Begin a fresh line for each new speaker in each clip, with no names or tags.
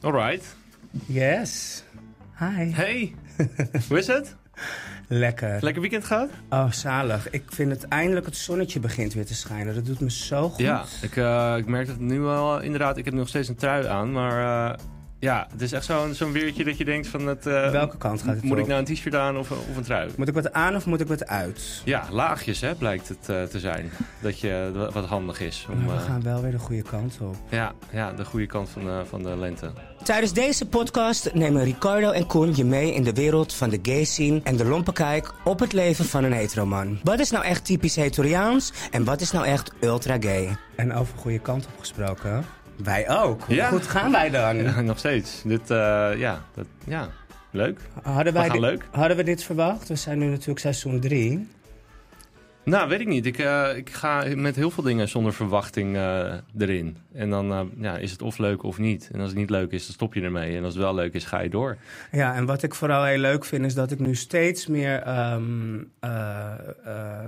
Alright.
Yes. Hi.
Hey, hoe is het?
Lekker.
Lekker weekend gehad?
Oh, zalig. Ik vind het eindelijk het zonnetje begint weer te schijnen. Dat doet me zo goed.
Ja, ik, eh, ik merk dat nu wel. Inderdaad, ik heb nog steeds een trui aan, maar eh, ja, het is echt zo'n zo'n weertje dat je denkt van het... eh,
Welke kant gaat het
Moet ik
op?
nou een t-shirt aan of, of een trui?
Moet ik wat aan of moet ik wat uit?
Ja, laagjes hè, blijkt het eh, te zijn. Dat je dat wat handig is. Om,
Maar Nou, we
eh,
gaan wel weer de goede kant op.
ja, ja, de goede kant van de, van de lente.
Tijdens deze podcast nemen Ricardo en Koen je mee in de wereld van de gay scene en de lompe kijk op het leven van een heteroman. Wat is nou echt typisch hetoriaans en wat is nou echt ultra gay? En over goede kant op gesproken, wij ook. Hoe
Ja.
goed gaan wij dan?
nog steeds. Dit, eh, ja, dat, ja, leuk.
Hadden,
We
wij
gaan
dit,
leuk.
hadden we dit verwacht? We zijn nu natuurlijk seizoen 3.
Nou, weet ik niet. Ik, eh, ik ga met heel veel dingen zonder verwachting eh, erin. En dan eh, ja, is het of leuk of niet. En als het niet leuk is, dan stop je ermee. En als het wel leuk is, ga je door.
Ja, en wat ik vooral heel leuk vind is dat ik nu steeds meer ehm, eh, eh,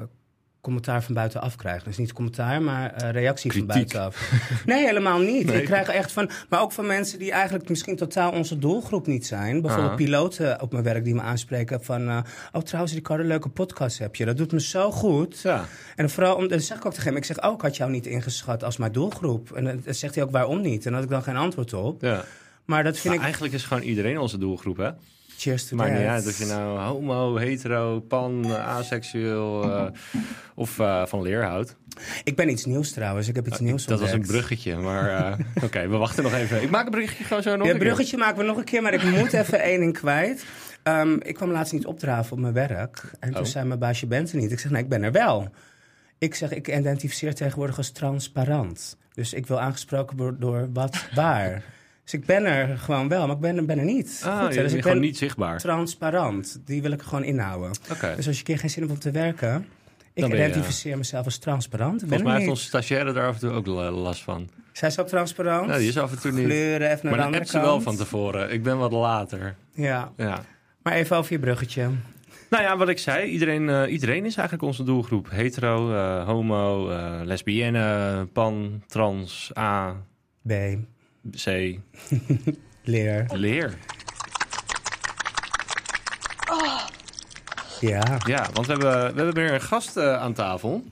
commentaar van buitenaf krijg. Dus niet commentaar, maar eh, reactie
Kritiek.
van buitenaf. Nee, helemaal niet.
Nee.
Ik krijg echt van, maar ook van mensen die eigenlijk misschien totaal onze doelgroep niet zijn. Bijvoorbeeld
Aha.
piloten op mijn werk die me aanspreken van, eh, oh trouwens Ricardo, leuke podcast heb je. Dat doet me zo goed.
Ja,
En vooral, om, dan zeg ik ook tegen hem, ik zeg, oh, ik had jou niet ingeschat als mijn doelgroep. En dan dan zegt hij ook, waarom niet? En daar had ik dan geen antwoord op.
ja.
Maar dat
Maar
vind ik,
eigenlijk is gewoon iedereen onze doelgroep, hè?
cheers to
Maar
that.
niet uit of je nou homo, hetero, pan, eh, aseksueel eh, of eh, van leer houdt.
Ik ben iets nieuws trouwens. Ik heb iets nieuws
Ah, Dat was een
ontdekt.
bruggetje, maar eh, oké, we wachten nog even. Ik maak een bruggetje gewoon zo nog
Ja,
een keer.
bruggetje maken we nog een keer, maar ik moet even één ding kwijt. Ehm, ik kwam laatst niet opdraven op mijn werk. En toen
Oh.
zei mijn baasje, "Je bent er niet. Ik zeg, nee, ik ben er wel. Ik zeg, ik identificeer tegenwoordig als transparant. Dus ik wil aangesproken worden door wat waar. Dus ik ben er gewoon wel, maar ik ben, ben er niet.
Ah,
Goed, hè?
je
dus
bent
ik
gewoon
ben
niet zichtbaar.
transparant. Die wil ik er gewoon inhouden.
Oké,
Dus als je een keer geen zin hebt om te werken... Ik
Dan ben je, ja.
identificeer mezelf als transparant. Ik Ben
volgens mij
er
heeft
niet.
onze stagiaire daar af en toe ook la- last van.
Zijn ze ook transparant?
Nou, die is af en toe niet...
Kleuren even naar
Maar
de
dan
andere
appt
kant.
ze wel van tevoren. Ik ben wat later.
Ja,
Ja.
maar even over je bruggetje.
Nou ja, wat ik zei, iedereen, eh, iedereen is eigenlijk onze doelgroep. Hetero, eh, homo, eh, lesbienne, pan, trans, A,
B.
C,
Leer.
leer.
Ja.
Ja, want we hebben, we hebben weer een gast eh, aan tafel.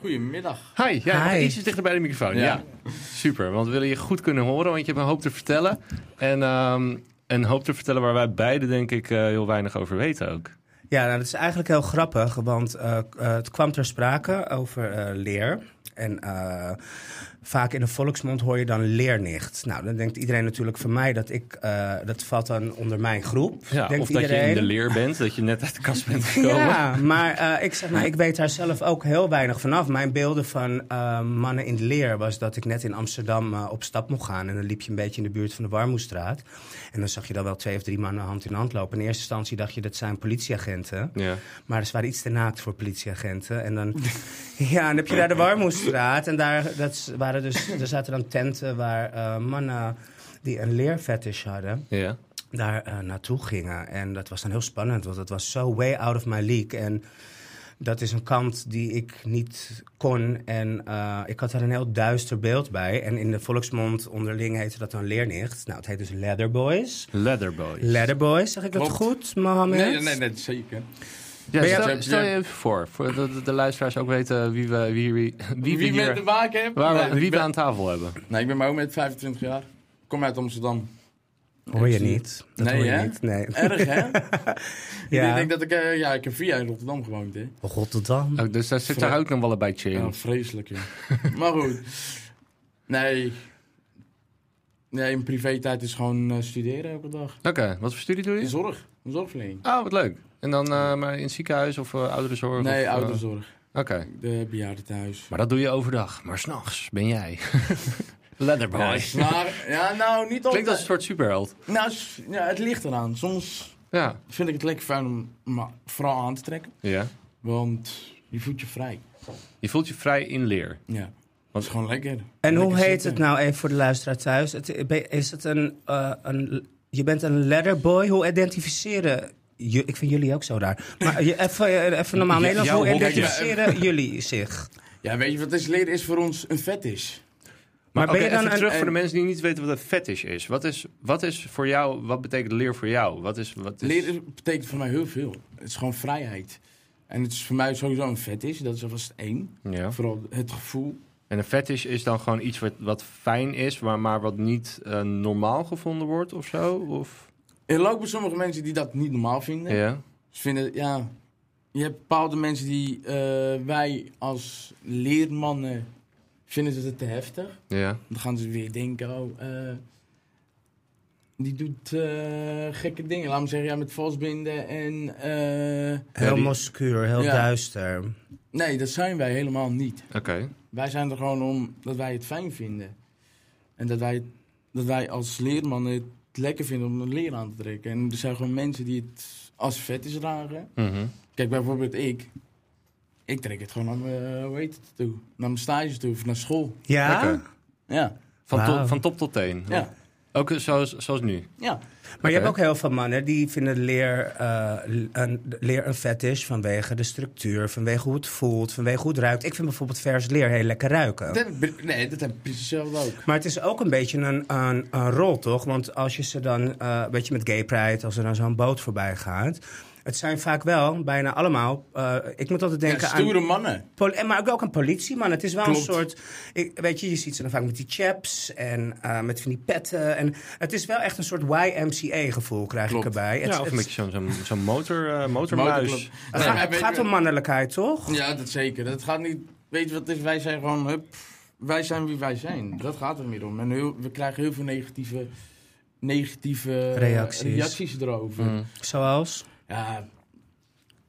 Goedemiddag.
Hi, ja,
Hi.
nog ietsjes dichter bij de microfoon. Ja.
Ja.
super. Want we willen je goed kunnen horen, want je hebt een hoop te vertellen. En ehm, een hoop te vertellen waar wij beide, denk ik, eh, heel weinig over weten ook.
Ja, nou, dat is eigenlijk heel grappig, want eh, eh, het kwam ter sprake over eh, leer. En eh, vaak in de volksmond hoor je dan leernicht. Nou, dan denkt iedereen natuurlijk van mij dat ik, eh, dat valt dan onder mijn groep.
Ja,
denkt
of dat je
iedereen.
in de leer bent, dat je net uit de kast bent gekomen.
Ja, maar eh, ik zeg, nou, ik weet daar zelf ook heel weinig vanaf. Mijn beelden van eh, mannen in de leer was dat ik net in Amsterdam eh, op stap mocht gaan. En dan liep je een beetje in de buurt van de Warmoestraat. En dan zag je dan wel twee of drie mannen hand in hand lopen. In eerste instantie dacht je, dat zijn politieagenten.
Ja.
Maar ze waren iets te naakt voor politieagenten. En dan, ja, dan heb je daar de Warmoestraat. En daar, dat is- waren dus, er zaten dan tenten waar eh, mannen die een leerfetish hadden
ja.
daar eh, naartoe gingen. En dat was dan heel spannend, want dat was zo way out of my league. En dat is een kant die ik niet kon. En eh, ik had daar een heel duister beeld bij. En in de volksmond onderling heette dat dan leernicht. Nou, het heet dus Leatherboys.
Leatherboys.
Leatherboys, zeg ik dat
Klopt.
goed, Mohammed?
Nee, nee, nee, zeker.
Ja,
Ben jij-
stel, stel je even voor, voor dat de, luisteraars ook weten wie we, wie, wie, wie
Wie,
we
wie
hier-
met te maken hebt?
waar we-
nee,
wie
ik
we
ben,
aan tafel hebben.
nee, ik ben Mohamed, 25 jaar. Kom uit Amsterdam.
Hoor je niet? Dat
Nee,
hoor je
hè?
niet. Nee.
Erg, hè? Ik
Ja.
denk dat ik... eh, ja, ik heb vier jaar in Rotterdam gewoond, hè.
Rotterdam.
Oh, dus daar zit daar ook nog wel een beetje in.
Ja, vreselijk, ja. maar goed. Nee. Nee, in privé tijd is gewoon eh, studeren elke dag.
Oké, wat voor studie doe
In
je?
zorg. In zorgverlening.
Oh, wat leuk. En dan eh, maar in het ziekenhuis of eh, ouderenzorg? of,
Nee,
eh,
ouderzorg.
Oké,
De bejaardentehuis.
maar dat doe je overdag. Maar s'nachts ben jij. Leatherboy.
Ja, maar, ja, nou, niet
Klinkt als een
altijd.
soort superheld.
Nou, s- ja, het ligt eraan. Soms
Ja.
vind ik het lekker fijn om me vooral aan te trekken.
ja.
Want je voelt je vrij.
Je voelt je vrij in leer.
Ja. Dat is gewoon lekker.
En hoe
Lekker
heet het
zitten.
nou even voor de luisteraar thuis? Het, is het een, eh, een... Je bent een letterboy. Hoe identificeren... ju- ik vind jullie ook zo daar. Maar je- even, eh, even normaal
Ja,
Nederlands.
jouw
Hoe
hokje.
identificeren jullie zich?
Ja, weet je wat is leren is voor ons een vet is.
Maar,
ben je
oké,
dan
even
een-
terug voor de
een-
mensen die niet weten wat een fetish is. Wat is, wat is voor jou, wat betekent leer voor jou? Wat is, wat is...
Leren betekent voor mij heel veel. Het is gewoon vrijheid. En het is voor mij sowieso een fetish. Dat is alvast één.
Ja.
Vooral het gevoel.
En een fetish is dan gewoon iets wat, wat fijn is, maar, maar wat niet eh, normaal gevonden wordt of zo? Of...
Er lopen sommige mensen die dat niet normaal vinden.
Ja.
Ze vinden, ja... Je hebt bepaalde mensen die eh, wij als leermannen vinden dat het te heftig.
Ja.
Dan gaan ze weer denken, oh, eh, die doet eh, gekke dingen. Laat me zeggen, ja, met vastbinden en... eh,
Heel
Ja, die-
moskuur, heel
Ja.
duister.
nee, dat zijn wij helemaal niet.
Oké.
Wij zijn er gewoon om dat wij het fijn vinden. En dat wij, dat wij als leerman het lekker vinden om een leer aan te trekken. En er zijn gewoon mensen die het als vet is dragen.
Mhm.
Kijk, bijvoorbeeld ik. Ik trek het gewoon naar mijn, eh, hoe heet het, toe? Naar mijn stage toe of naar school.
Ja?
Oké.
Ja,
Van,
Wauw.
top, van top tot teen.
ja,
Ook eh, zoals, zoals nu.
ja.
Maar je
Oké.
hebt ook heel veel mannen die vinden leer, eh, een, leer een fetish vanwege de structuur, vanwege hoe het voelt, vanwege hoe het ruikt. Ik vind bijvoorbeeld vers leer heel lekker ruiken.
Dat heb ik- nee, dat heb ik precies hetzelfde ook.
Maar het is ook een beetje een, een, een rol, toch? Want als je ze dan, eh weet je, met gay pride, als er dan zo'n boot voorbij gaat. Het zijn vaak wel, bijna allemaal, eh, ik moet altijd
Ja,
denken aan...
stoere mannen.
Poli- en maar ook, ook een politieman. Het is wel een
Klopt.
soort. Ik, weet je, je ziet ze dan vaak met die chaps en eh, met van die petten. En het is wel echt een soort YMCA-gevoel, krijg
Klopt.
ik erbij. Het,
ja, of een
het-
beetje zo'n zo'n zo'n motor, eh, motormuis.
Motorclub.
het
Nee,
gaat- het
weet
gaat
je-
om mannelijkheid, toch?
Ja, dat zeker. Dat gaat niet. Weet je wat het is? Wij zijn gewoon. Hup, wij zijn wie wij zijn. Dat gaat er meer om. En heel, we krijgen heel veel negatieve, negatieve eh,
Reacties.
reacties erover.
Mm.
Zoals.
Ja,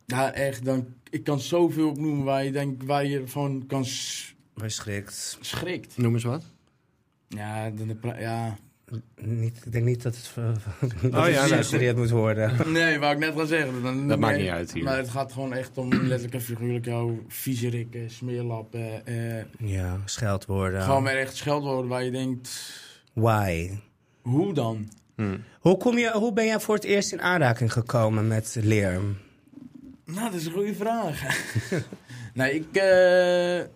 ja, echt. Dan, ik kan zoveel opnoemen waar je, denk, waar je van kan s-
Restrikt.
schrikt.
Noem eens wat.
Ja, dan de pra- ja.
Niet, ik denk niet dat het. dat
Oh ja,
het
nee,
gecensureerd moet worden.
Nee, wou ik net gaan zeggen. Dan,
Dat maakt
nee.
niet uit hier.
Maar het gaat gewoon echt om letterlijk en figuurlijk jouw vieze rikken, smeerlappen. eh,
Ja, scheldwoorden.
Gewoon weer echt scheldwoorden waar je denkt,
Why?
hoe dan?
Hm.
Hoe, kom je, hoe ben jij voor het eerst in aanraking gekomen met leer?
Nou, dat is een goede vraag. nee, ik. eh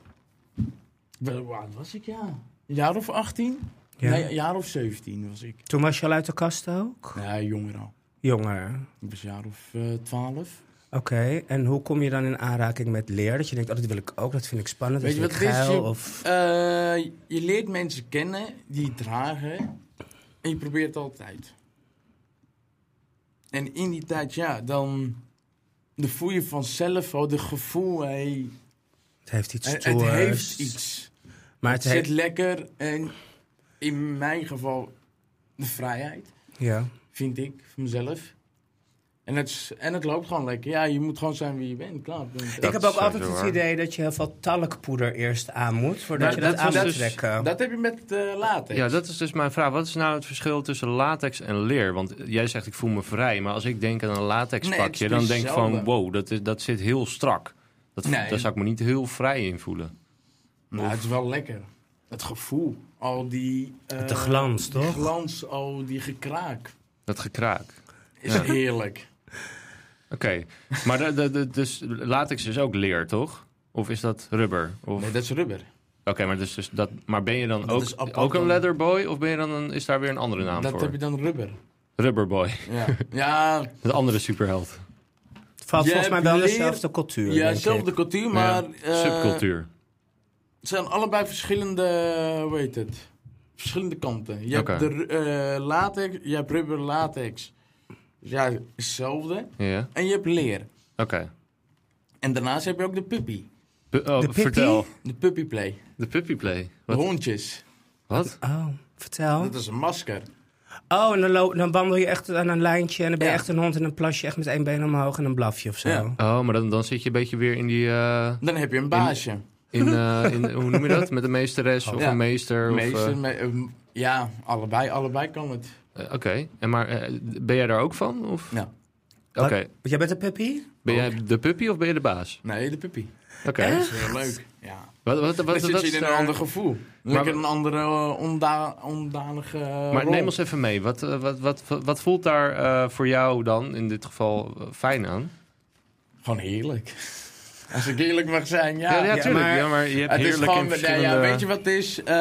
wel, Hoe oud was ik, ja? Een jaar of 18?
Ja.
Nee, een jaar of 17 was ik.
Toen was je al uit de kast ook?
Nee, jonger al.
Jonger.
Ik was een jaar of eh 12.
Oké, en hoe kom je dan in aanraking met leer? Dat je denkt, oh, dat wil ik ook, dat vind ik spannend,
Weet je
dat
wat
vind ik
het is?
geil.
Je-
Of...
Eh, je leert mensen kennen die het dragen. En je probeert het altijd. En in die tijd, ja, dan. Dan voel je vanzelf al het gevoel, hey,
Het heeft iets
het,
stoers.
het heeft iets.
Maar het
Het zit
heeft...
lekker en in mijn geval de vrijheid,
Ja.
vind ik, van mezelf. En het, is- en het loopt gewoon lekker. Ja, je moet gewoon zijn wie je bent. Klaar. punt.
Dat
ik heb
is
ook altijd
sowieso
het
waar.
idee dat je heel veel talkpoeder eerst aan moet, voordat
Maar
je dat,
dat
aan
was
moet
dus-
trekken.
Dat heb je met eh later.
Ja, dat is dus mijn vraag. Wat is nou het verschil tussen latex en leer? Want eh, jij zegt ik voel me vrij, maar als ik denk aan een latex
Nee, het
pakje,
is
dan
precies
denk ik van
hetzelfde.
wow, dat, is, dat zit heel strak. Dat,
Nee.
Daar zou ik me niet heel vrij in voelen.
Nou, het is wel lekker. Het gevoel. Al die... eh,
De glans,
die
toch?
glans, al die gekraak.
Dat gekraak.
Is
Ja.
heerlijk.
Oké, maar de, de, de- dus latex is ook leer, toch? Of is dat rubber? Of...
Nee, dat is rubber.
Oké, maar, dus, dus dat, maar ben je dan
Dat is
ook,
apart
ook een
dan.
leatherboy of ben je dan een, is daar weer een andere naam
dat
voor?
heb je dan rubber.
Rubberboy,
Ja, ja,
de andere superheld.
Het valt
Je
volgens mij
hebt
wel
leer-
dezelfde cultuur,
ja
denk
zelfde
ik.
cultuur, maar...
Ja,
eh,
Subcultuur.
Het zijn allebei verschillende, eh, hoe heet het? Verschillende kanten. Je
Oké.
hebt de ru- eh, latex, je hebt rubber latex. Dus ja, hetzelfde.
Ja,
En je hebt leer.
oké.
En daarnaast heb je ook de puppy.
Bu- oh,
De puppy?
vertel.
De puppyplay.
De puppyplay.
De
Wat?
hondjes.
Wat?
Oh, vertel.
Dat is een masker.
Oh, en dan, lo- dan wandel je echt aan een lijntje en dan ben je
Ja.
echt een hond en een plasje, echt met één been omhoog en een blafje of zo.
Ja.
Oh, maar dan, dan zit je een beetje weer in die... eh,
Dan heb je een baasje.
in, eh, in, hoe noem je dat? Met een meesteres of
Oh. Ja.
een meester? Of,
Meester,
eh,
me- eh, m- ja, allebei, allebei kan het.
eh, Oké, en maar eh, ben jij daar ook van? Of?
Ja.
Oké,
Wat- Jij bent een puppy?
ben jij de puppy of ben je de baas?
Nee, de puppy.
Oké.
Dat is heel leuk. Ja.
Wat, wat, wat,
Dan
wat,
zit
wat
je
is
in een
daar-
ander gevoel. Lekker een andere eh, onda ondanige eh,
Maar
rol.
neem ons even mee. Wat, eh, wat, wat, wat, wat voelt daar eh, voor jou dan in dit geval eh, fijn aan?
Gewoon heerlijk. Als ik eerlijk mag zijn, ja.
Ja, ja, tuurlijk.
maar
Ja, maar je hebt
het is
heerlijk
gewoon,
in
ja,
verschillende...
ja, weet je wat het is? Eh,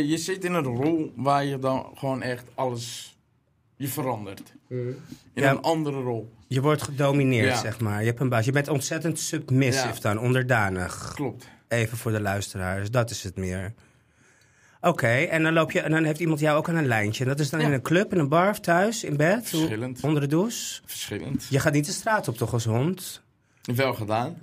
je zit in een rol waar je dan gewoon echt alles, je verandert. In
Mhm. Ja.
een andere rol,
Je wordt gedomineerd,
Ja.
zeg maar. Je hebt een baas. Je bent ontzettend submissief
Ja.
dan, onderdanig.
klopt.
Even voor de luisteraars, dat is het meer. Oké, en dan loop je en dan heeft iemand jou ook aan een lijntje. En dat is dan
Ja.
in een club, in een bar, of thuis, in bed, hoe-
Verschillend.
onder de douche.
Verschillend.
Je gaat niet de straat op toch als hond?
Wel gedaan.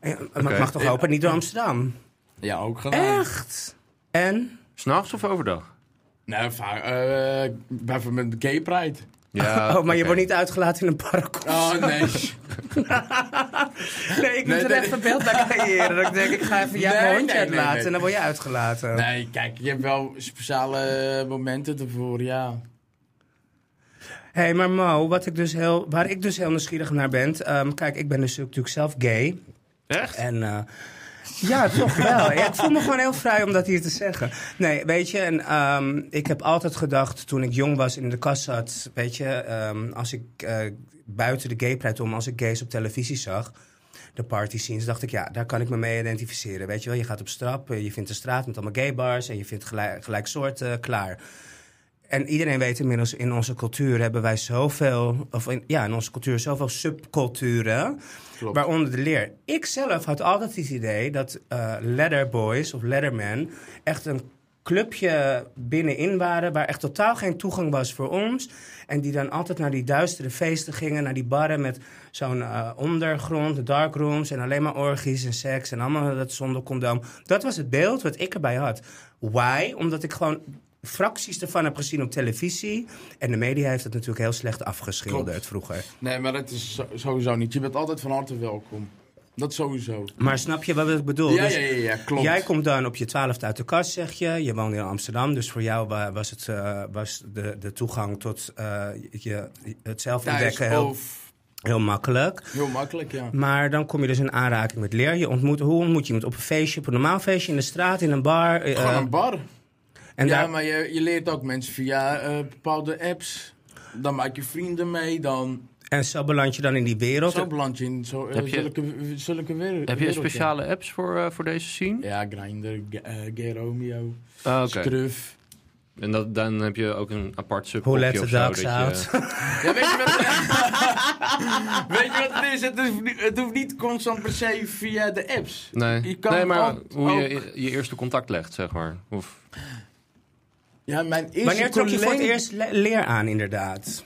Eh, Maar
Oké.
ik mag toch hopen, niet door Amsterdam.
Ja, ook gedaan.
Echt? En?
S'nachts of overdag?
Nou, vaak, eh, bijvoorbeeld met Gay Pride.
Ja,
oh, maar je
oké.
wordt niet uitgelaten in een park. of
Ah, Oh, nee.
Nee, ik moet
Nee,
er
nee.
even beeld bij creëren. Dat ik denk, ik ga even jouw
Nee, nee,
hondje
nee,
uitlaten
nee.
en dan word je uitgelaten.
nee, kijk, je hebt wel speciale eh, momenten ervoor, ja.
Hé, hey, maar Mo, wat ik dus heel, waar ik dus heel nieuwsgierig naar ben... ehm, kijk, ik ben dus natuurlijk zelf gay.
Echt?
En eh, ja, toch wel. Ja, ik voel me gewoon heel vrij om dat hier te zeggen. Nee, weet je, en, ehm, ik heb altijd gedacht toen ik jong was in de kast zat... weet je, ehm, als ik eh, buiten de gay pride om, als ik gays op televisie zag... de party scenes, dacht ik, ja, daar kan ik me mee identificeren. Weet je wel, je gaat op strap, eh, je vindt de straat met allemaal gay bars... en je vindt gelijk, gelijk soorten, klaar. En iedereen weet inmiddels, in onze cultuur hebben wij zoveel... of in, ja, in onze cultuur zoveel subculturen...
Klopt.
Waaronder de leer. Ik zelf had altijd het idee dat eh Leather Boys of Leathermen echt een clubje binnenin waren waar echt totaal geen toegang was voor ons. En die dan altijd naar die duistere feesten gingen, naar die barren met zo'n eh, ondergrond, darkrooms en alleen maar orgies en seks en allemaal dat zonder condoom. Dat was het beeld wat ik erbij had. Why? Omdat ik gewoon fracties ervan heb gezien op televisie. En de media heeft het natuurlijk heel slecht afgeschilderd
Klopt.
vroeger.
Nee, maar dat is zo- sowieso niet. Je bent altijd van harte welkom. Dat sowieso.
Maar snap je wat ik bedoel?
Ja,
Dus-
ja, ja, ja, klopt.
Jij komt dan op je twaalfde uit de kast, zeg je. Je woont in Amsterdam, dus voor jou wa- was, het, eh, was de, de toegang tot eh, je, het zelf
Thuis
ontdekken heel,
of
heel makkelijk.
heel makkelijk, ja.
Maar dan kom je dus in aanraking met leer. Je ontmoet, hoe ontmoet je iemand? Op een feestje, op een normaal feestje, in de straat, in een bar. eh,
Gewoon een bar.
en
ja,
daar,
maar je, je leert ook mensen via eh, bepaalde apps. Dan maak je vrienden mee, dan...
en zo beland je dan in die wereld.
Zo beland je in zo, eh,
Heb je-
zulke, zulke wer-
Heb je
wereld,
speciale apps voor, eh, voor deze scene?
Ja, ja Grindr, G- eh, Gay Romeo,
Ah, Oké.
Scruff.
En dat, dan heb je ook een apart
Hoe
subpopje
let the
of zo. dat
dogs
je-
out?
Ja, weet je wat... weet je wat het is? Het hoeft, niet, het hoeft niet constant per se via de apps.
Nee.
Je kan
nee, maar
ook-
hoe je
ook-
je je eerste contact legt, zeg maar. Of,
Ja, mijn eerste
Wanneer trok je voor het
collega-
eerst le- leer aan, inderdaad?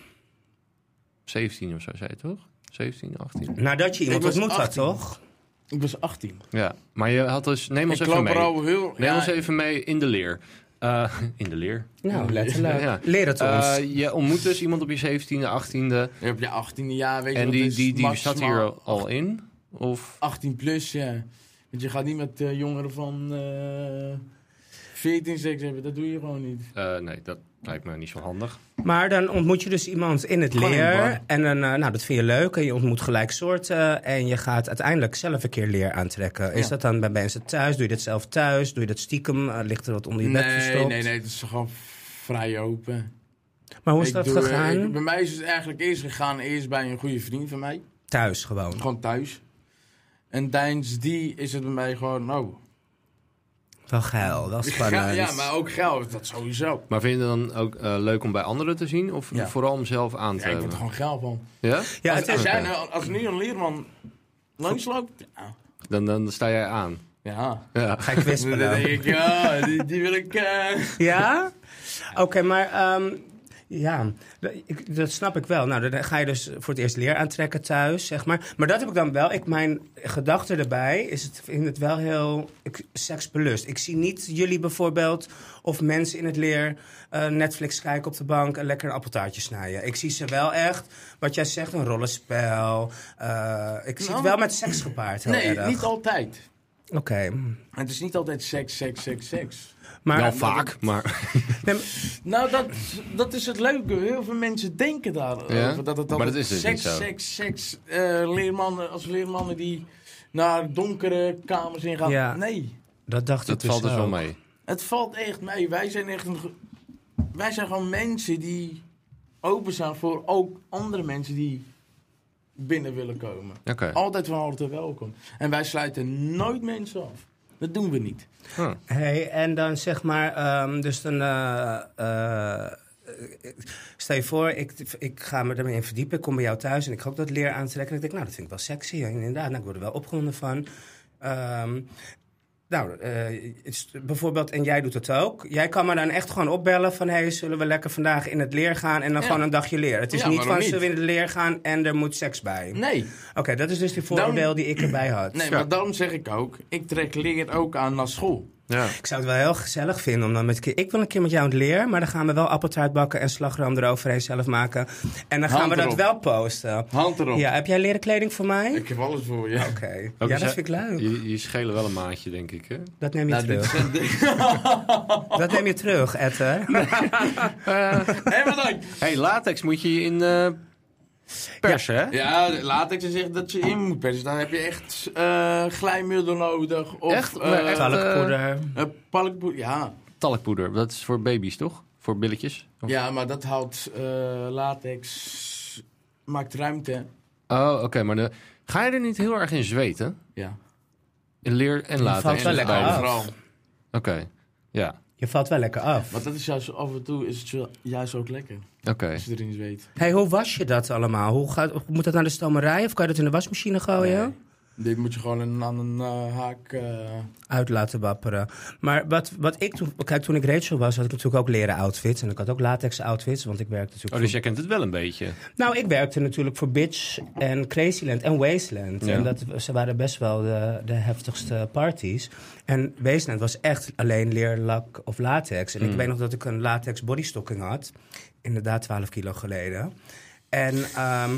17 of zo, zei je toch? 17, 18.
Nadat je iemand
was
ontmoet had,
18.
toch?
Ik was 18.
Ja, maar je had dus... Neem ons
ik
even
loop
mee.
er al heel...
Neem
ja,
ons even mee in de leer. Eh, in de leer.
Nou, letterlijk.
Ja.
Leer het ons.
Eh, je ontmoet dus iemand op je 17e, 18e.
Je hebt je 18e jaar, weet je
En
wat
die,
is
die, die zat
maximaal
hier al in? Of...
18 plus, ja. Want je gaat niet met eh, jongeren van eh 14 seks hebben. Dat doe je gewoon niet.
eh, nee, dat lijkt me niet zo handig.
Maar dan ontmoet je dus iemand in het
Gewoon in een
leer.
bar.
En dan, eh, nou, dat vind je leuk. En je ontmoet gelijk soorten. En je gaat uiteindelijk zelf een keer leer aantrekken. Is
Ja.
dat dan bij mensen thuis? Doe je dat zelf thuis? Doe je dat stiekem? Eh, ligt er wat onder je bed
nee,
verstopt?
nee, nee. Het is gewoon vrij open.
Maar hoe is
Ik
dat
doe, eh,
gegaan?
ik- bij mij is het eigenlijk eerst gegaan eerst bij een goede vriend van mij.
Thuis gewoon.
Gewoon thuis. En tijdens die is het bij mij gewoon, nou...
Wel geil, wel spannend.
Ja, maar ook geld. Dat sowieso.
Maar vind je het dan ook eh, leuk om bij anderen te zien? Of
Ja.
vooral om zelf aan te
Ja, ik word
hebben?
er gewoon geil van.
Ja?
Ja,
als,
het is...
als, jij
Oké.
nou- als nu een leerman langsloopt... Ja.
Dan, dan sta jij aan.
ja.
Ja.
Ga ik kwispelen.
Dan denk ik, ja, die, die wil ik... eh,
Ja? Oké, maar ehm, ja, d- ik- dat snap ik wel. Nou, dan ga je dus voor het eerst leer aantrekken thuis, zeg maar. Maar dat heb ik dan wel. Ik, mijn gedachte erbij is, het, vind het wel heel ik, seksbelust. Ik zie niet jullie bijvoorbeeld of mensen in het leer eh, Netflix kijken op de bank en lekker een appeltaartje snijden. Ik zie ze wel echt, wat jij zegt, een rollenspel. Eh, ik zie
Nou,
het wel met seks gepaard heel
Nee,
erg.
niet altijd.
Oké.
Het is niet altijd seks, seks, seks, seks.
Maar,
wel Nou, vaak, maar...
Nee, maar-
Nou, dat, dat is het leuke. Heel veel mensen denken daarover.
Ja?
Dat het
Maar dat
altijd
is dus
seks,
niet zo.
seks, seks, eh, leermannen, als leermannen die naar donkere kamers ingaan.
Ja.
Nee,
dat dacht ik
Dat
dus
valt dus wel
ook.
mee.
het valt echt mee. Wij zijn echt een, ge- wij zijn gewoon mensen die open staan voor ook andere mensen die binnen willen komen.
Oké.
Oh.
Altijd van harte welkom. En wij sluiten nooit mensen af. Dat doen we niet.
Huh.
Hey, en dan zeg maar, ehm, dus dan. eh, eh, stel je voor, ik, ik ga me ermee in verdiepen. Ik kom bij jou thuis en ik ga ook dat leer aantrekken. En ik denk, nou, dat vind ik wel sexy. En inderdaad, nou, ik word er wel opgewonden van. Ehm, nou, eh, het is bijvoorbeeld, en jij doet het ook. Jij kan me dan echt gewoon opbellen van... hey, zullen we lekker vandaag in het leer gaan en dan
Ja.
gewoon een dagje leer. Het is
Ja,
niet
waarom
van,
niet?
zullen we in het leer gaan en er moet seks bij.
Nee,
Oké, dat is dus die
Daarom-
voordeel die ik erbij had.
nee
Ja.
maar daarom zeg ik ook, ik trek leer ook aan naar school.
Ja.
Ik zou het wel heel gezellig vinden om dan met een keer. Ik wil een keer met jou in het leer, maar dan gaan we wel appeltaart bakken en slagroom eroverheen zelf maken. En dan gaan
Hand
we dat
erop.
wel posten.
Hand erop.
Ja, heb jij leren kleding voor mij?
Ik dus heb alles voor je.
Oké.
Ook
Ja,
is-
dat vind ik leuk.
Je, je schelen wel een maatje, denk ik. Hè?
Dat neem je
Nou, dit
terug.
is-
Dat neem je terug, Etter.
Hé, wat dan?
Eh, hey, latex moet je in eh, persen, hè?
Ja, laat ik ze zeggen dat je in moet persen. Dan heb je echt eh glijmiddel nodig. Of,
Echt?
eh,
Maar echt?
Talkpoeder.
eh, palkpoe- ja.
Talkpoeder, dat is voor baby's, toch? Voor billetjes? Of-
ja, maar dat houdt eh, latex, maakt ruimte.
Oh, oké, maar de- ga je er niet heel erg in zweten?
Ja,
In leer en latex?
valt wel
en
lekker
beide.
af.
vooral.
Oké, ja.
Je valt wel lekker af.
Want dat is juist, af en toe is het ju- juist ook lekker.
Oké.
Als je erin zweet.
Hey, hoe was je dat allemaal? Hoe gaat, moet dat naar de stomerij of kan je dat in de wasmachine gooien?
Nee. Dit moet je gewoon een- aan een eh, haak... eh,
uit laten wapperen. Maar wat, wat ik toen... Kijk, toen ik Rachel was, had ik natuurlijk ook leren outfits. En ik had ook latex outfits, want ik werkte natuurlijk...
Oh, dus jij kent het wel een beetje.
Nou, ik werkte natuurlijk voor Bitch en Crazyland en Wasteland.
Ja.
En dat, ze waren best wel de, de heftigste parties. En Wasteland was echt alleen leerlak of latex. En ik weet nog dat ik een latex bodystocking had. Inderdaad, 12 kilo geleden. En, ehm,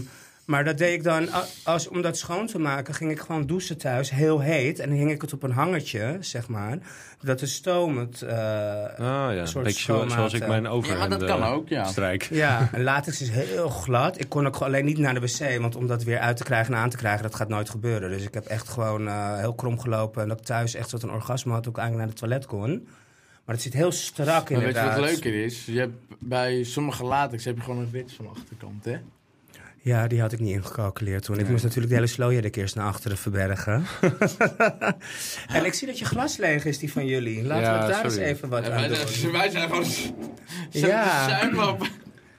maar dat deed ik dan, a- als, om dat schoon te maken, ging ik gewoon douchen thuis, heel heet. En hing ik het op een hangertje, zeg maar. Dat de stoom het... eh,
Ah ja,
Een soort
beetje zo- zoals ik
schoonmaken.
mijn
Ja,
overhemd
dat kan
eh,
ook, ja.
strijk.
Ja, en latex is heel glad. Ik kon ook gewoon alleen niet naar de wc, want om dat weer uit te krijgen en aan te krijgen, dat gaat nooit gebeuren. Dus ik heb echt gewoon eh, heel krom gelopen en dat ik thuis echt tot een orgasme had, ook eigenlijk naar het toilet kon. Maar het zit heel strak
maar weet je
inderdaad.
wat leuker is? Je hebt, bij sommige latex heb je gewoon een rits van de achterkant, hè?
Ja, die had ik niet ingecalculeerd toen. Ik moest natuurlijk de hele slooier eerst naar achteren verbergen. en ik zie dat je glas leeg is, die van jullie. Laten
Ja,
we daar
sorry.
eens even wat
En
aan
wij,
doen.
wij zijn gewoon...
Ja.
Zuipen.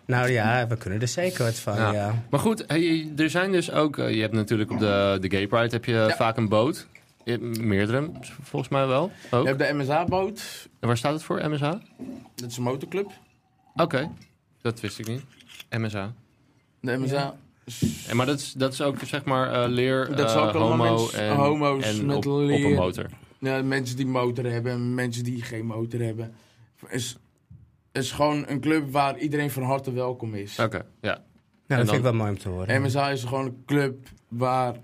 Nou ja, we kunnen er zeker wat van,
Ja.
ja. Nou,
Maar goed, hey, er zijn dus ook... eh, je hebt natuurlijk op de, de Gay Pride heb je vaak een boot. Je hebt Meerdere, volgens mij wel. Ook.
Je hebt de MSA-boot.
En waar staat het voor, MSH?
Dat is een motorclub.
Oké, dat wist ik niet. MSA.
De MSA.
En maar dat is, dat is ook zeg maar eh, leer,
Dat is
eh,
ook allemaal
homo
mensen-
en,
homo's
en
met
op, op een
leer.
motor.
Ja, mensen die motor hebben en mensen die geen motor hebben. Is, is gewoon een club waar iedereen van harte welkom is.
Oké, ja.
Nou,
En
dat vind ik wel mooi om te horen.
MSA is dus gewoon een club waar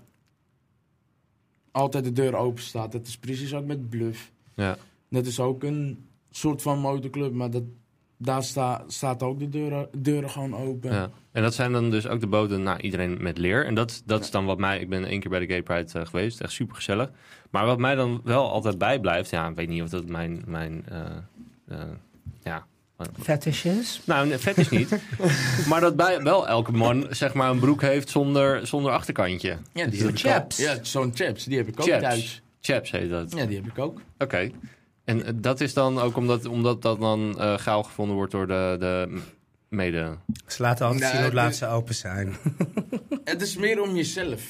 altijd de deur open staat. Dat is precies ook met Bluff.
ja.
Dat is ook een soort van motorclub, maar dat, daar sta, staat ook de deuren, deuren gewoon open.
Ja. En dat zijn dan dus ook de boten, nou, iedereen met leer. En dat, dat is dan wat mij, ik ben één keer bij de Gay Pride eh, geweest, echt super gezellig. Maar wat mij dan wel altijd bijblijft, ja, ik weet niet of dat mijn, mijn eh, eh, ja.
Fetishes?
Nou, nee, vet is niet. maar dat bij, wel elke man, zeg maar, een broek heeft zonder, zonder achterkantje.
Ja,
Dus dat-
die heb ik ook.
Chaps.
Ja, zo'n chaps, die heb ik ook
Chaps.
thuis.
Chaps heet dat.
Ja, die heb ik ook.
Oké. En eh, dat is dan ook omdat, omdat dat dan eh, gauw gevonden wordt door de, de mede...
Ze laten altijd
Nou,
zien hoe
dit-
laat ze open zijn.
Het is meer om jezelf.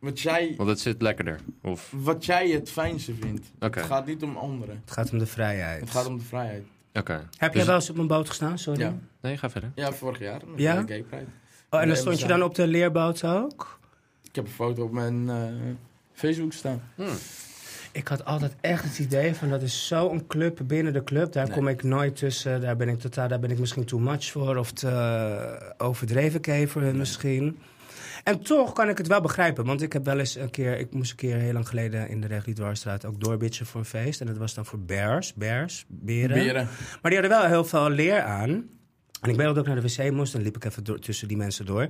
Wat jij,
Want het zit lekkerder. Of,
wat jij het fijnste vindt.
Oké.
Het gaat niet om anderen.
Het gaat om de vrijheid.
Het gaat om de vrijheid.
oké.
Heb
Dus-
jij wel eens op een boot gestaan? Sorry.
Ja,
Nee, ga verder.
ja vorig jaar. met
Ja?
de Gay Pride.
Oh, en
Nee,
dan stond
we
je
zijn-
dan op de leerboot ook?
Ik heb een foto op mijn eh, Facebook staan.
Hmm. Ik had altijd echt het idee van dat is zo'n club binnen de club. Daar
Nee.
kom ik nooit tussen. Daar ben ik totaal, daar ben ik misschien too much voor. Of te eh, overdreven kever misschien. En toch kan ik het wel begrijpen. Want ik heb wel eens een keer, ik moest een keer heel lang geleden in de Regli Dwarsstraat ook doorbitchen voor een feest. En dat was dan voor bears, bears, beren.
Beren.
Maar die hadden wel heel veel leer aan. En ik ben dat ik naar de wc moest. Dan liep ik even door, tussen die mensen door.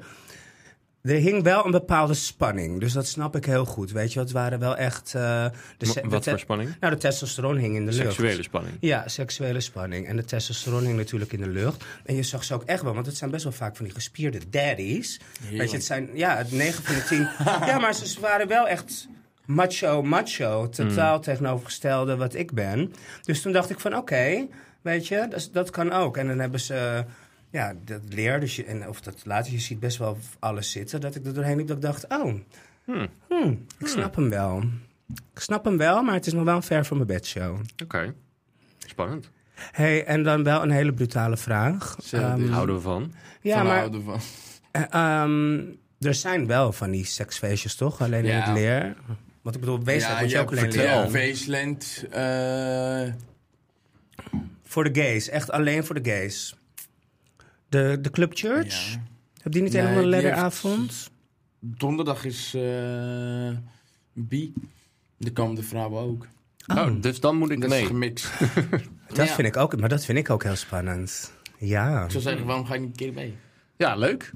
Er hing wel een bepaalde spanning, dus dat snap ik heel goed. Weet je, het waren wel echt. eh, de se-
Ma-
de
Wat
te-
voor spanning?
Nou, de testosteron hing in de lucht.
Seksuele spanning.
Ja, seksuele spanning. En de testosteron hing natuurlijk in de lucht. En je zag ze ook echt wel, want het zijn best wel vaak van die gespierde daddies. Weet je, het zijn, ja, het 9 van de 10. ja, maar ze waren wel echt macho, macho. Totaal
Mm.
tegenovergestelde wat ik ben. Dus toen dacht ik van, oké, weet je, dat, dat kan ook. En dan hebben ze... Ja, dat leer, dus je, en of dat later, je ziet best wel alles zitten. Dat ik er doorheen liep, dat ik dacht, oh,
Hmm,
hmm, ik snap hem wel. Ik snap hem wel, maar het is nog wel een ver van mijn bedshow.
Oké. Spannend.
Hey, en dan wel een hele brutale vraag.
Zo,
Ehm,
dit-
Houden we van.
ja,
van
maar
houden van.
eh, ehm, er zijn wel van die seksfeestjes, toch? Alleen in
Ja.
het leer. Want ik bedoel, op Weesland moet je ook alleen
vertel.
leren.
Wasteland. eh,
Voor de gays, echt alleen voor de gays. De, de Club Church?
ja.
Heb die niet
Nee,
helemaal een
die heeft-
ledderavond?
Donderdag is eh B. De komende vrouwen ook.
Hmm.
Oh, dus dan moet ik
Dat is
mee.
gemixt. Nou
Dat vind ik ook, maar dat vind ik ook heel spannend. Ja.
Ik zou zeggen, waarom ga ik niet een keer mee?
Ja, leuk.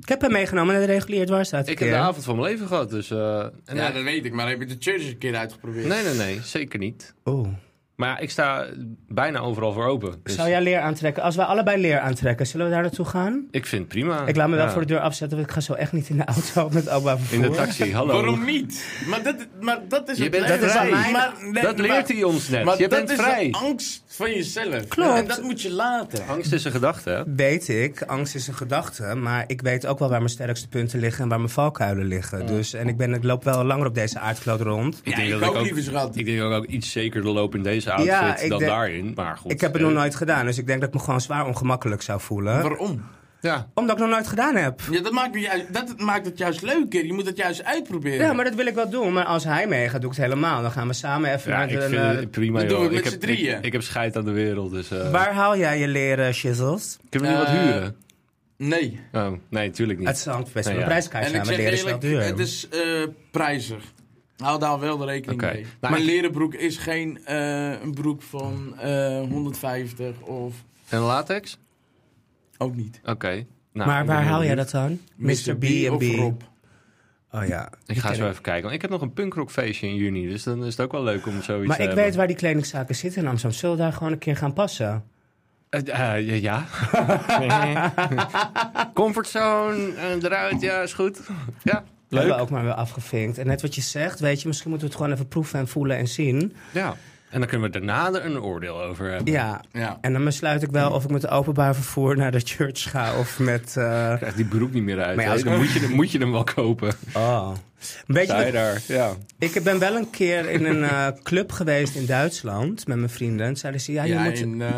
Ik heb hem meegenomen en de regulier dwars uit.
Ik heb de avond van mijn leven gehad, dus... eh, en
ja,
eh,
Nou, dat weet ik, maar heb je de church eens een keer uitgeprobeerd?
Nee, nee, nee. Zeker niet.
Oeh.
Maar ja, ik sta bijna overal voor open. Dus
Zou jij leer aantrekken? Als wij allebei leer aantrekken, zullen we daar naartoe gaan?
Ik vind het prima.
Ik laat me wel
Ja.
voor de deur afzetten, want ik ga zo echt niet in de auto met openbaar vervoer.
In de taxi, hallo.
Waarom niet? Maar dat, maar dat is
Je
het
bent
leven.
Dat is aan
vrij.
mij.
Maar- nee,
dat leert
maar-
hij ons net.
Maar
je
dat
bent
is
vrij.
de angst van jezelf.
Klopt.
En dat moet je laten.
Angst is een gedachte, hè?
Weet ik, angst is een gedachte, maar ik weet ook wel waar mijn sterkste punten liggen en waar mijn valkuilen liggen. Dus, en ik, ben, ik loop wel langer op deze aardkloot rond.
Ik
Ja,
denk
ik
dat
ook,
ik ook-
lieve schat.
Ik denk dat ik ook iets zekerder loop in deze outfit
Ja, ik
dan
denk-
daarin. Maar goed.
Ik heb het
eh,
nog nooit gedaan, dus ik denk dat ik me gewoon zwaar ongemakkelijk zou voelen.
Waarom?
Ja.
Omdat ik nog nooit gedaan heb.
Ja, dat, maakt het juist, dat maakt het juist leuker. Je moet het juist uitproberen.
Ja, maar dat wil ik wel doen. Maar als hij meegaat, doe ik het helemaal. Dan gaan we samen even eh,
Ja,
naar
ik
de...
vind
naar de-
het prima,
dat doen we
joh.
met
ik, heb,
z'n drieën.
ik, ik heb scheid aan de wereld, dus... eh
Waar haal jij je leren shizzles?
Kunnen we niet wat
Eh,
huren?
Nee.
Oh, nee, natuurlijk niet.
Het is altijd best
Nou
wel een
ja.
prijskaartje
en ik
aan, maar
zeg
leren is wel
eerlijk,
duur.
het is eh, prijzig. Hou daar wel de rekening
Oké.
mee.
Nou,
Mijn
ik-
leren broek is geen eh, een broek van eh 150 of
En latex?
ook niet.
Oké. Nou,
maar
ik
waar
ben
haal jij
benieuwd.
dat dan? Mr. B&B.
of Rob.
Oh ja.
Ik
die
ga
ken
zo even kijken. Want ik heb nog een punkrockfeestje in juni, dus dan is het ook wel leuk om zoiets
Maar
te
ik
hebben.
weet waar die kledingzaken zitten in Amsterdam. Zullen we daar gewoon een keer gaan passen?
Eh, eh, ja. Comfortzone, eh, eruit, ja, is goed. Ja,
Leuk. Hebben we
leuk.
ook maar weer afgevinkt. En net wat je zegt, weet je, misschien moeten we het gewoon even proeven en voelen en zien.
Ja. En dan kunnen we daarna er een oordeel over hebben.
Ja.
Ja.
En dan besluit ik wel of ik met de openbaar vervoer naar de church ga of met... eh,
Ik krijg die broek niet meer uit.
Maar
hè?
ja, als ik-
dan moet je, hem- moet je hem wel kopen.
Ah.
Oh. Weet je,
Sta je
wat-
daar? Ja.
ik ben wel een keer in een eh, club geweest in Duitsland met mijn vrienden. En zeiden ze, ja,
Ja,
je moet...
in, eh,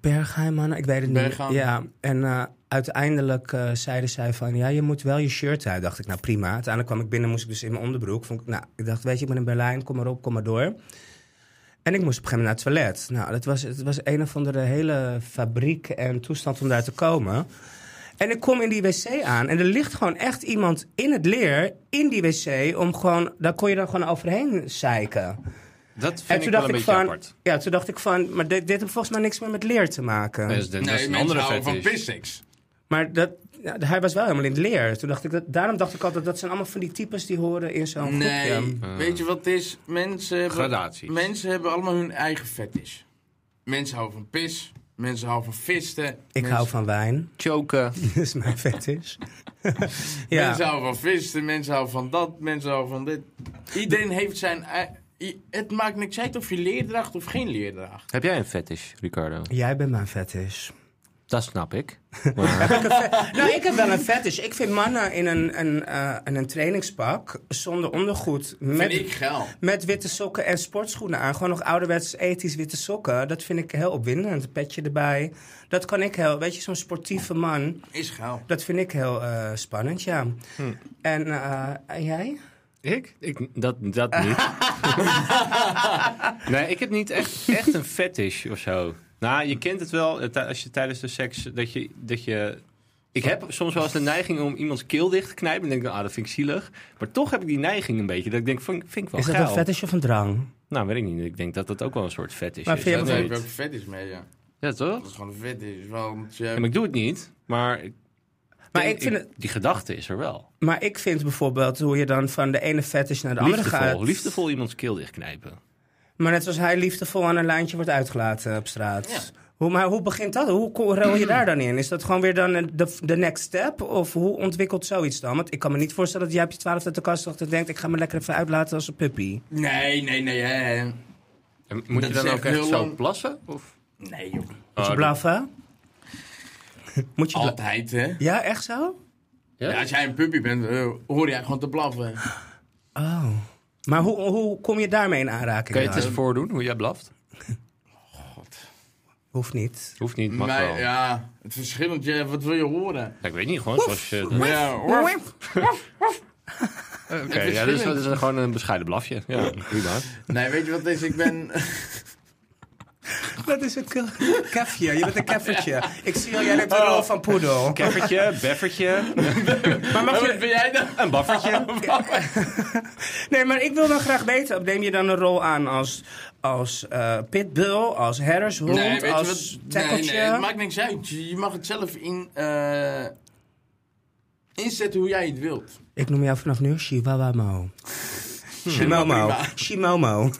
Bergheim, man, ik weet het niet.
Bergheim.
Ja, en eh, uiteindelijk eh, zeiden zij van, ja, je moet wel je shirt uit. Dacht ik, nou prima. Uiteindelijk kwam ik binnen, moest ik dus in mijn onderbroek. Vond ik, nou, ik dacht, weet je, ik ben in Berlijn, kom maar op, kom maar door. En ik moest op een gegeven moment naar het toilet. Nou, dat was, het was een of andere hele fabriek en toestand om daar te komen. En ik kom in die wc aan en er ligt gewoon echt iemand in het leer, in die wc, om gewoon, daar kon je dan gewoon overheen zeiken.
Dat
en
vind
toen
ik wel
dacht
een
ik
beetje
van,
apart.
ja, toen dacht ik van, maar dit, dit heeft volgens mij niks meer met leer te maken.
Dat is, dat
nee,
is een
mensen
andere
houden van
fetish.
pisseks.
Maar dat, ja, hij was wel helemaal in het leer. Toen dacht ik dat, daarom dacht ik altijd, dat zijn allemaal van die types die horen in zo'n
Nee,
groepje.
weet je wat het is? Mensen hebben,
Ah. Gradaties.
mensen hebben allemaal hun eigen fetish. Mensen houden van pis, mensen houden van visten.
Ik hou van wijn,
Choken.
dat is mijn fetish. ja,
Mensen houden van visten, mensen houden van dat, mensen houden van dit. Iedereen heeft zijn... ei- i- Het maakt niks uit of je leer draagt of geen leer draagt.
Heb jij een fetish, Ricardo?
jij bent mijn fetish.
Dat snap ik.
Nou, ik heb wel een fetish. Ik vind mannen in een, een, eh, in een trainingspak, zonder ondergoed,
Vind
met,
ik geil.
met witte sokken en sportschoenen aan. Gewoon nog ouderwets ethisch witte sokken. Dat vind ik heel opwindend. Petje erbij. Dat kan ik heel, weet je, zo'n sportieve man.
Is geil.
Dat vind ik heel eh, spannend, ja.
Hm.
En eh, en jij?
Ik? ik dat, dat niet. nee, ik heb niet echt, echt een fetish of zo. Nou, je kent het wel eh, tij- als je tijdens de seks. Dat je, dat je. Ik heb soms wel eens de neiging om iemands keel dicht te knijpen. En denk ik, ah, dat vind ik zielig. Maar toch heb ik die neiging een beetje. Dat ik denk, vind, vind ik wel
Is dat
geil.
een fetish of een drang?
Nou, weet ik niet. Ik denk dat dat ook wel een soort fetish
Maar
is.
vind
Daar
je
Dat
heb ik
weet
ook
ik.
fetish mee, ja.
Ja, toch?
Dat is gewoon een fetish, want
Ja, maar
je...
ik doe het niet. Maar ik-
Maar ik vind het-
die gedachte is er wel.
Maar ik vind bijvoorbeeld hoe je dan van de ene fetish naar de andere
liefdevol,
gaat.
liefdevol iemands keel dichtknijpen.
Maar net zoals hij liefdevol aan een lijntje wordt uitgelaten op straat.
Ja.
Hoe, maar hoe begint dat? Hoe ko- rol je daar dan in? Is dat gewoon weer dan eh, de, de next step? Of hoe ontwikkelt zoiets dan? Want ik kan me niet voorstellen dat jij op je twaalfde uit de kast ligt en denkt... ik ga me lekker even uitlaten als een puppy.
Nee, nee, nee. Hè.
En moet
Dat
je dan
is
ook
echt
echt
heel
zo
lang.
plassen? Of?
Nee, joh.
Moet je
Oh,
blaffen? Moet je bla-
Altijd, hè.
Ja, echt zo?
Ja?
Ja, als jij een puppy bent, eh, hoor jij gewoon te blaffen.
Oh. Maar hoe, hoe kom je daarmee in aanraking? Nou,
Kun je het
dan?
eens voordoen hoe jij blaft?
Hoeft niet.
Hoeft niet, mag
Maar
wel. Ja.
ja, het verschillend, ja, wat wil je horen?
ik weet niet, gewoon zoals je...
Maar ja, hoor.
Oké, ja, dus dat is gewoon een bescheiden blafje. Ja, prima.
Nee, weet je wat het is? Ik ben...
Dat is een ke- Oh. kefje. Je bent een keffertje. Ik zie al, jij neemt de rol van poedel.
Keffertje, beffertje,
Maar mag
Wat
je...
ben jij dan?
een baffertje.
Oh. Nee, maar ik wil dan graag weten. Neem je dan een rol aan als, als eh, pitbull, als herdershond,
Nee, weet je
als
wat? Nee,
tackeltje?
nee, het maakt niks uit. Je je mag het zelf in, eh, inzetten hoe jij het wilt.
Ik noem jou vanaf nu Chihuahua Mo. Shimomo.
Hmm. Prima.
Shimomo.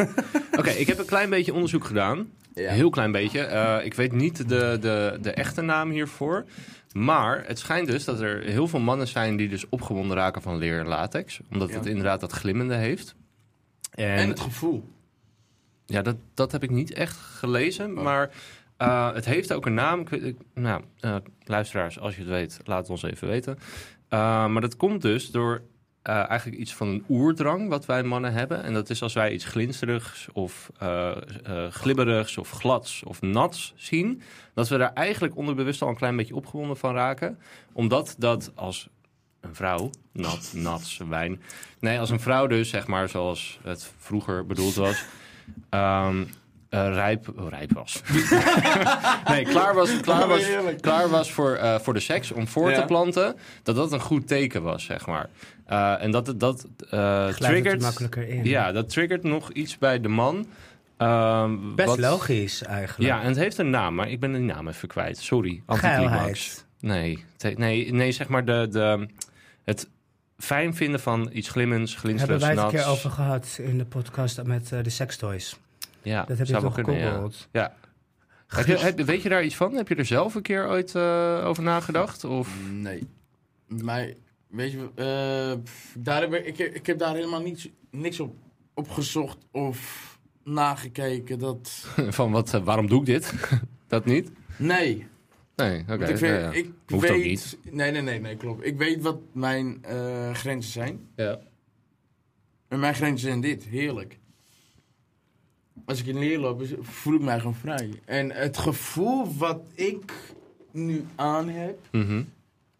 Oké, ik heb een klein beetje onderzoek gedaan.
Ja.
Een heel klein beetje. Eh, ik weet niet de, de, de echte naam hiervoor. Maar het schijnt dus dat er heel veel mannen zijn die dus opgewonden raken van leer en latex. Omdat
Ja.
het inderdaad dat glimmende heeft. En,
En het gevoel.
ja, dat, dat heb ik niet echt gelezen.
Oh.
Maar eh, het heeft ook een naam. Ik weet- ik- nou, eh, luisteraars, als je het weet, laat het ons even weten. Eh, maar dat komt dus door eh, eigenlijk iets van een oerdrang wat wij mannen hebben. En dat is als wij iets glinsterigs of eh, eh, glibberigs of glads of nats zien... dat we daar eigenlijk onderbewust al een klein beetje opgewonden van raken. Omdat dat als een vrouw, nat, nats, wijn... Nee, als een vrouw dus, zeg maar, zoals het vroeger bedoeld was... ehm, eh, rijp, oh, rijp was. nee, klaar was, klaar was,
Heerlijk.
klaar was voor, eh, voor de seks, om voor
Ja.
te planten... dat dat een goed teken was, zeg maar. Eh, en dat het- dat eh
Triggert.
triggert...
makkelijker in.
Ja, dat triggert nog iets bij de man. ehm,
Best
wat-
logisch eigenlijk.
Ja, en het heeft een naam, maar ik ben de naam even kwijt. Sorry, anticlimax.
Geilheid.
Nee, het he- nee, nee, zeg maar de, de, het fijn vinden van iets glimmends,
Hebben
glinsterends,
wij het een
nats.
keer over gehad in de podcast met eh, de sextoys.
Ja,
Dat heb je
zou
toch
wel kunnen, ja.
gegoogeld?
Ja. Heb je, heb- weet je daar iets van? Heb je er zelf een keer ooit eh, over nagedacht? Of?
Nee. Maar, weet je, eh, pff, daar heb ik, ik, heb- ik heb daar helemaal niets, niks op, op gezocht of nagekeken. Dat...
Van wat, eh, waarom doe ik dit? dat niet?
Nee.
Nee, oké.
Want ik
ja,
vind,
ja.
ik
Hoeft
weet,
ook niet.
Nee, nee, nee, nee, klopt. Ik weet wat mijn eh, grenzen zijn.
Ja.
En mijn grenzen zijn dit, heerlijk. Als ik in leer loop, is- voel ik mij gewoon vrij. En het gevoel wat ik nu aan heb,
Mhm.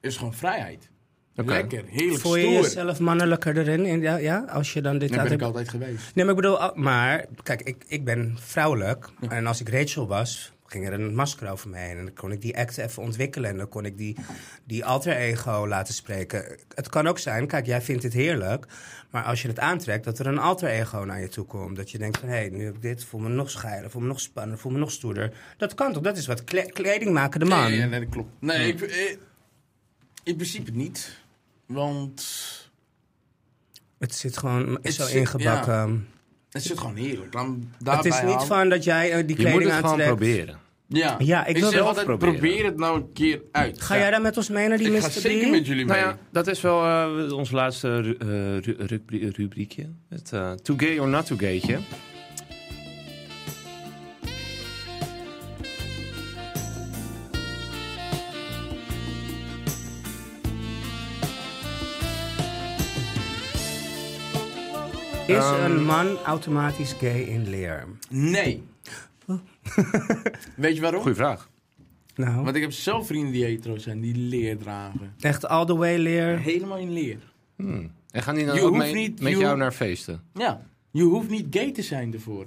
is gewoon vrijheid.
Oké.
Lekker, heerlijk,
Voel je
stoer.
jezelf mannelijker erin? in- ja, ja, als je dan dit
Daar
aan
ben ik
hebt-
altijd geweest.
Nee, maar ik bedoel, al- maar kijk, ik, ik ben vrouwelijk. En als ik Rachel was, ging er een masker over me heen. En dan kon ik die act even ontwikkelen. En dan kon ik die, die alter ego laten spreken. Het kan ook zijn, kijk, jij vindt dit heerlijk. Maar als je het aantrekt, dat er een alter ego naar je toe komt. Dat je denkt van, hé, hey, nu heb ik dit, voel me nog scheider, voel me nog spannender, voel me nog stoerder. Dat kan toch? Dat is wat kle- kleding maken de man.
Nee, nee, dat klopt. Nee, ik, eh, in principe niet. Want
Het zit gewoon
Het
zo
zit-
ingebakken.
het zit gewoon heerlijk. Laat me daarbij
Het is niet
houden.
van dat jij
Je
eh, die
moet
kleding
het gewoon
aantrekt.
proberen.
Ja,
Ja, ik wil
zeg
het
altijd,
proberen.
probeer het nou een keer uit.
Ga
Ja.
jij daar met ons mee naar die
Ik
Mr.
ga
Bean?
zeker met jullie mee.
Nou ja, dat is wel eh, ons laatste ru- eh, ru- rubri- rubriekje. Het eh Too Gay or Not Too Gaytje.
Is
Ehm,
een man automatisch gay in leer?
Nee.
Oh.
Weet je waarom?
Goeie vraag.
Nou,
Want ik heb zelf vrienden die hetero zijn, die leer dragen.
echt all the way
Nou,
leer.
Helemaal in leer.
Hmm. En gaan die dan
Je
ook
hoeft
mee-
niet-
met
je
jou
hoeft-
naar feesten?
Ja. Je hoeft niet gay te zijn ervoor.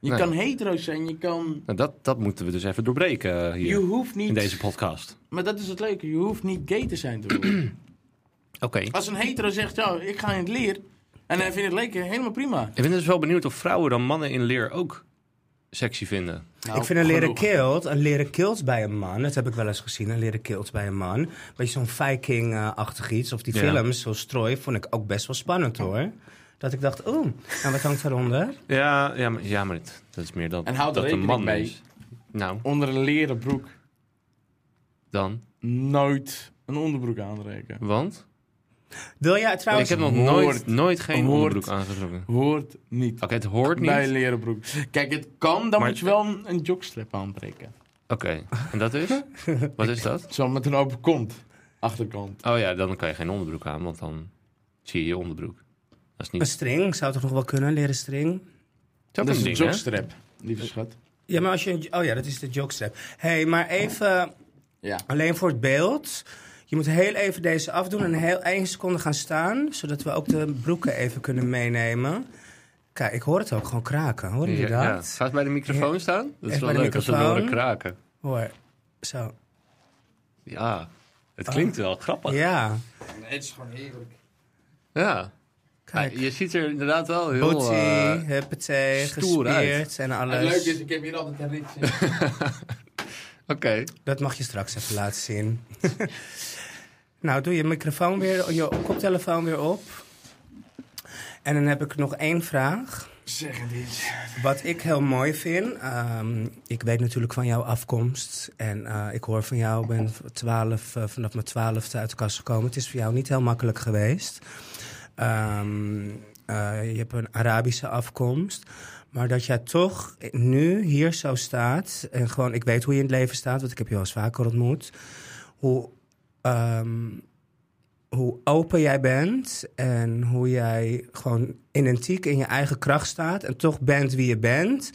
Je
Nee.
kan hetero zijn, je kan...
Nou, dat, dat moeten we dus even doorbreken eh, hier
Je hoeft
in
niet...
deze podcast.
Maar dat is het leuke, je hoeft niet gay te zijn ervoor.
Oké.
Als een hetero zegt, ja, ik ga in het leer... En hij vindt het lekker, helemaal prima.
Ik ben dus wel benieuwd of vrouwen dan mannen in leer ook sexy vinden?
Nou,
ik vind een leren
genoeg.
kilt, een leren kilt bij een man, dat heb ik wel eens gezien, een leren kilt bij een man. Beetje zo'n Viking-achtig iets, of die
Ja.
films, zoals Troy, vond ik ook best wel spannend hoor. Dat ik dacht, oeh, en wat hangt daaronder?
Ja, ja maar, ja, maar het- dat is meer dat,
En houd er
dat een
rekening
man
mee.
is. Nou,
Onder een leren broek
dan.
nooit een onderbroek aantrekken.
Want?
Wil jij
Ik
trouwens...
heb nog
hoort-
nooit, nooit geen
hoort-
onderbroek aangetrokken. Oké,
Hoort niet.
het hoort niet.
Bij een
Oké,
leren broek. Kijk, het kan, dan
Maar-
moet je wel een, een jogstrap aantrekken.
en dat is? Wat is dat?
Zo met een open kont. Achterkant.
Oh ja, dan kan je geen onderbroek aan, want dan zie je je onderbroek. Dat is
Een
niet...
string zou toch nog wel kunnen, een leren string?
Dat
is een
ding, hè?
jogstrap, lieve schat.
Ja, maar als je... een- Oh ja, dat is de jockstrap. Hé, hey, maar even,
Ja.
alleen voor het beeld. Je moet heel even deze afdoen en heel één seconde gaan staan... zodat we ook de broeken even kunnen meenemen. Kijk, ik hoor het ook gewoon kraken, hoor je
Ja, ja.
dat?
Gaat het bij de microfoon staan? Dat is
Echt
wel
bij de
leuk als ze
microfoon?
horen kraken.
Hoor, zo.
Ja, het klinkt wel grappig. Ja,
Ja,
Het is gewoon heerlijk.
kijk.
Maar Ah, je ziet er inderdaad wel heel...
Booty,
eh,
huppatee,
stoer
gespierd
uit.
en
Het
alles.
leuke is, ik heb hier altijd een rits in.
Oké,
Dat mag je straks even laten zien. nou, doe je microfoon weer, je koptelefoon weer op. En dan heb ik nog één vraag.
Zeg het eens.
Wat ik heel mooi vind. ehm, ik weet natuurlijk van jouw afkomst. En eh, ik hoor van jou, ik ben 12, eh, vanaf mijn twaalfde uit de kast gekomen. Het is voor jou niet heel makkelijk geweest. Ehm, eh, je hebt een Arabische afkomst. Maar dat jij toch nu hier zo staat. En gewoon, ik weet hoe je in het leven staat, want ik heb je wel eens vaker ontmoet. Hoe, ehm, hoe open jij bent en hoe jij gewoon identiek in je eigen kracht staat en toch bent wie je bent,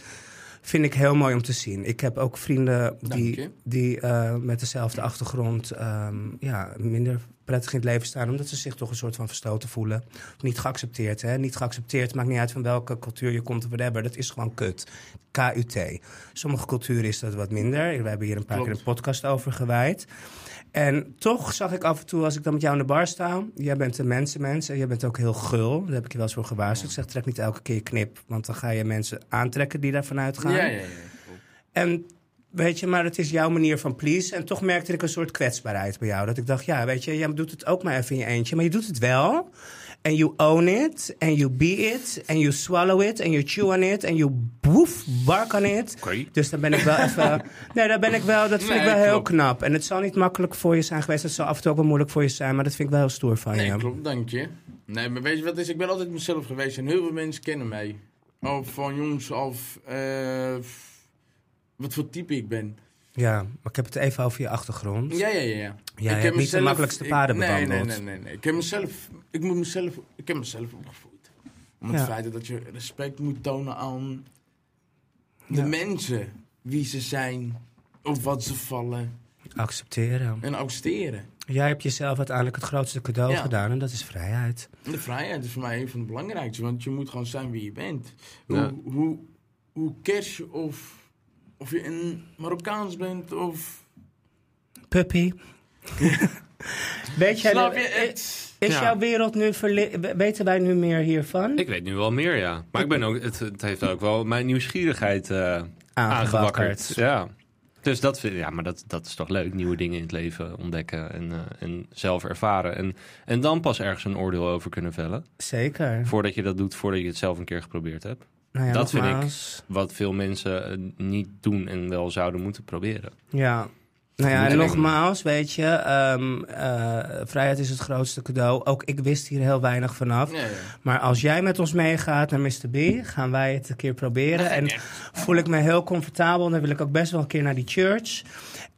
vind ik heel mooi om te zien. Ik heb ook vrienden
Dank
die,
je.
die eh, met dezelfde achtergrond ehm, ja, minder prettig in het leven staan, omdat ze zich toch een soort van verstoten voelen. Of Niet geaccepteerd, hè? Niet geaccepteerd, maakt niet uit van welke cultuur je komt of whatever. Dat is gewoon kut. KUT. Sommige culturen is dat wat minder. We hebben hier een paar
Klopt.
keer een podcast over gewijd. En toch zag ik af en toe, als ik dan met jou aan de bar sta... jij bent een mensenmens en jij bent ook heel gul. Daar heb ik je wel eens voor gewaarschuwd. Ik zeg, trek niet elke keer je knip, want dan ga je mensen aantrekken die daarvan
Ja,
uitgaan.
ja, ja.
En weet je, maar het is jouw manier van please. En toch merkte ik een soort kwetsbaarheid bij jou. Dat ik dacht, ja, weet je, jij doet het ook maar even in je eentje. Maar je doet het wel. En you own it. En you be it. En you swallow it. En you chew on it. En you boef, bark on it.
Oké.
Dus daar ben ik wel even... Nee, daar ben ik wel... Dat vind ik
Nee,
wel heel
klopt.
knap. En het zal niet makkelijk voor je zijn geweest. Het zal af en toe ook wel moeilijk voor je zijn. Maar dat vind ik wel heel stoer van
Nee,
je.
klopt, dank je. Nee, maar weet je wat het is? Ik ben altijd mezelf geweest en heel veel mensen kennen mij. Of van jongs af, eh, f- wat voor type ik ben.
Ja, maar ik heb het even over je achtergrond.
Ja, ja, ja. ja.
je hebt niet de makkelijkste
ik-
paden
nee, nee,
bewandeld.
nee, nee, nee. Ik heb mezelf, ik moet mezelf, ik heb mezelf opgevoed. Om het
Ja.
feit dat je respect moet tonen aan de
Ja.
mensen, wie ze zijn, op wat ze vallen
Accepteren.
en accepteren.
Jij hebt jezelf uiteindelijk het grootste cadeau
Ja.
gedaan. En dat is vrijheid.
De vrijheid is voor mij een van de belangrijkste, want je moet gewoon zijn wie je bent. Hoe,
Ja.
hoe, hoe kers je of, of je een Marokkaans bent of...
Puppy. Weet jij,
Snap je?
eh,
Het?
is
Ja.
jouw wereld nu verli- we- Weten wij nu meer hiervan?
ik weet nu wel meer, ja. Maar ik ben ook, het, het heeft ook wel mijn nieuwsgierigheid eh aangewakkerd.
Aangewakkerd.
Ja. Dus dat vind ja, maar dat, dat is toch leuk. Nieuwe dingen in het leven ontdekken en, eh, en zelf ervaren. En, en dan pas ergens een oordeel over kunnen vellen.
Zeker.
Voordat je dat doet, voordat je het zelf een keer geprobeerd hebt.
Nou ja,
dat vind ik.
nogmaals.
Wat veel mensen eh, niet doen en wel zouden moeten proberen.
Ja. Nou ja,
Moet
en
ik-
nogmaals, weet je, ehm, eh, vrijheid is het grootste cadeau. Ook ik wist hier heel weinig vanaf.
Ja, ja.
Maar als jij met ons meegaat naar Mr. B, gaan wij het een keer proberen. En voel ik me heel comfortabel. Dan wil ik ook best wel een keer naar die church.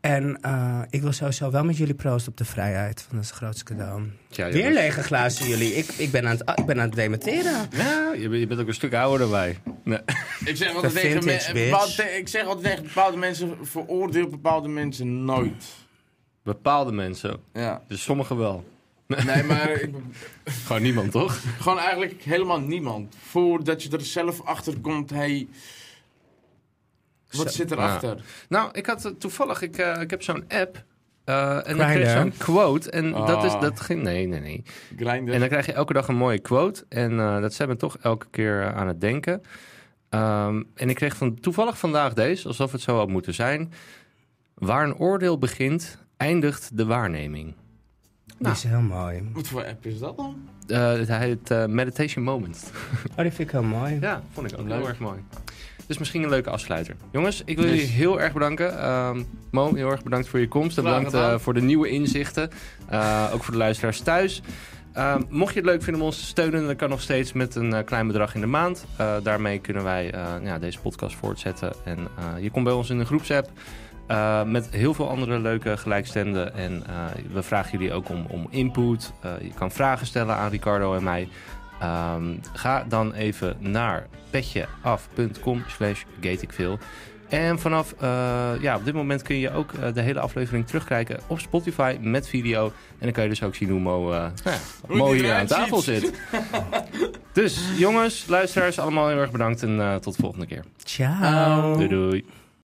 En eh, ik wil sowieso wel met jullie proosten op de vrijheid. Want dat is het grootste cadeau.
Ja,
Weer lege glazen jullie. Ik, ik, ben aan het, ik ben aan het dementeren.
Ja, je, bent- je bent ook een stuk ouder dan wij. Nee.
Ik zeg altijd
De
tegen me-
vintage bitch.
bepaalde- ik zeg altijd tegen bepaalde mensen, veroordeel bepaalde mensen nooit.
Bepaalde mensen,
Ja.
dus sommigen wel.
Nee, maar ik,
Gewoon niemand, toch?
gewoon eigenlijk helemaal niemand. Voordat je er zelf achter komt, hey, wat
Zo-
zit erachter?
Nou, ik had eh, toevallig, ik, eh, ik heb zo'n app. eh, en dan
Grindr.
kreeg zo'n quote. En dat is,
Ah.
dat ging, nee, nee, nee.
Grindr.
En dan krijg je elke dag een mooie quote. En eh, dat zijn me toch elke keer eh, aan het denken. Eh, Ehm, en ik kreeg van, toevallig vandaag deze, alsof het zo had moeten zijn. Waar een oordeel begint, eindigt de waarneming.
Die is heel mooi. Oh,
Wat voor app is dat dan?
Eh, het heet eh, Meditation Moments.
Oh, die vind ik heel mooi.
Ja, vond ik ook
Leuk.
heel erg mooi. Dus misschien een leuke afsluiter. Jongens, ik wil jullie
Yes.
heel erg bedanken. Ehm, Mo, heel erg bedankt voor je komst. En
Graag
bedankt
gedaan.
eh, voor de nieuwe inzichten. Eh, ook voor de luisteraars thuis. Ehm, mocht je het leuk vinden om ons te steunen, dat kan nog steeds met een eh, klein bedrag in de maand. Eh, daarmee kunnen wij eh, ja, deze podcast voortzetten. En eh, je komt bij ons in een groepsapp eh, met heel veel andere leuke gelijkstemden. En eh, we vragen jullie ook om, om input. Eh, je kan vragen stellen aan Ricardo en mij. Ehm, ga dan even naar petjeaf.com slash gateikveel. En vanaf, eh, ja, op dit moment kun je ook eh, de hele aflevering terugkijken op Spotify met video. En dan kan je dus ook zien hoe Mo, eh, nou ja,
Hoe
Mo
die
hier aan
eruit
tafel
ziet.
zit. dus jongens, luisteraars, allemaal heel erg bedankt en eh, tot de volgende keer.
Ciao.
Doei doei.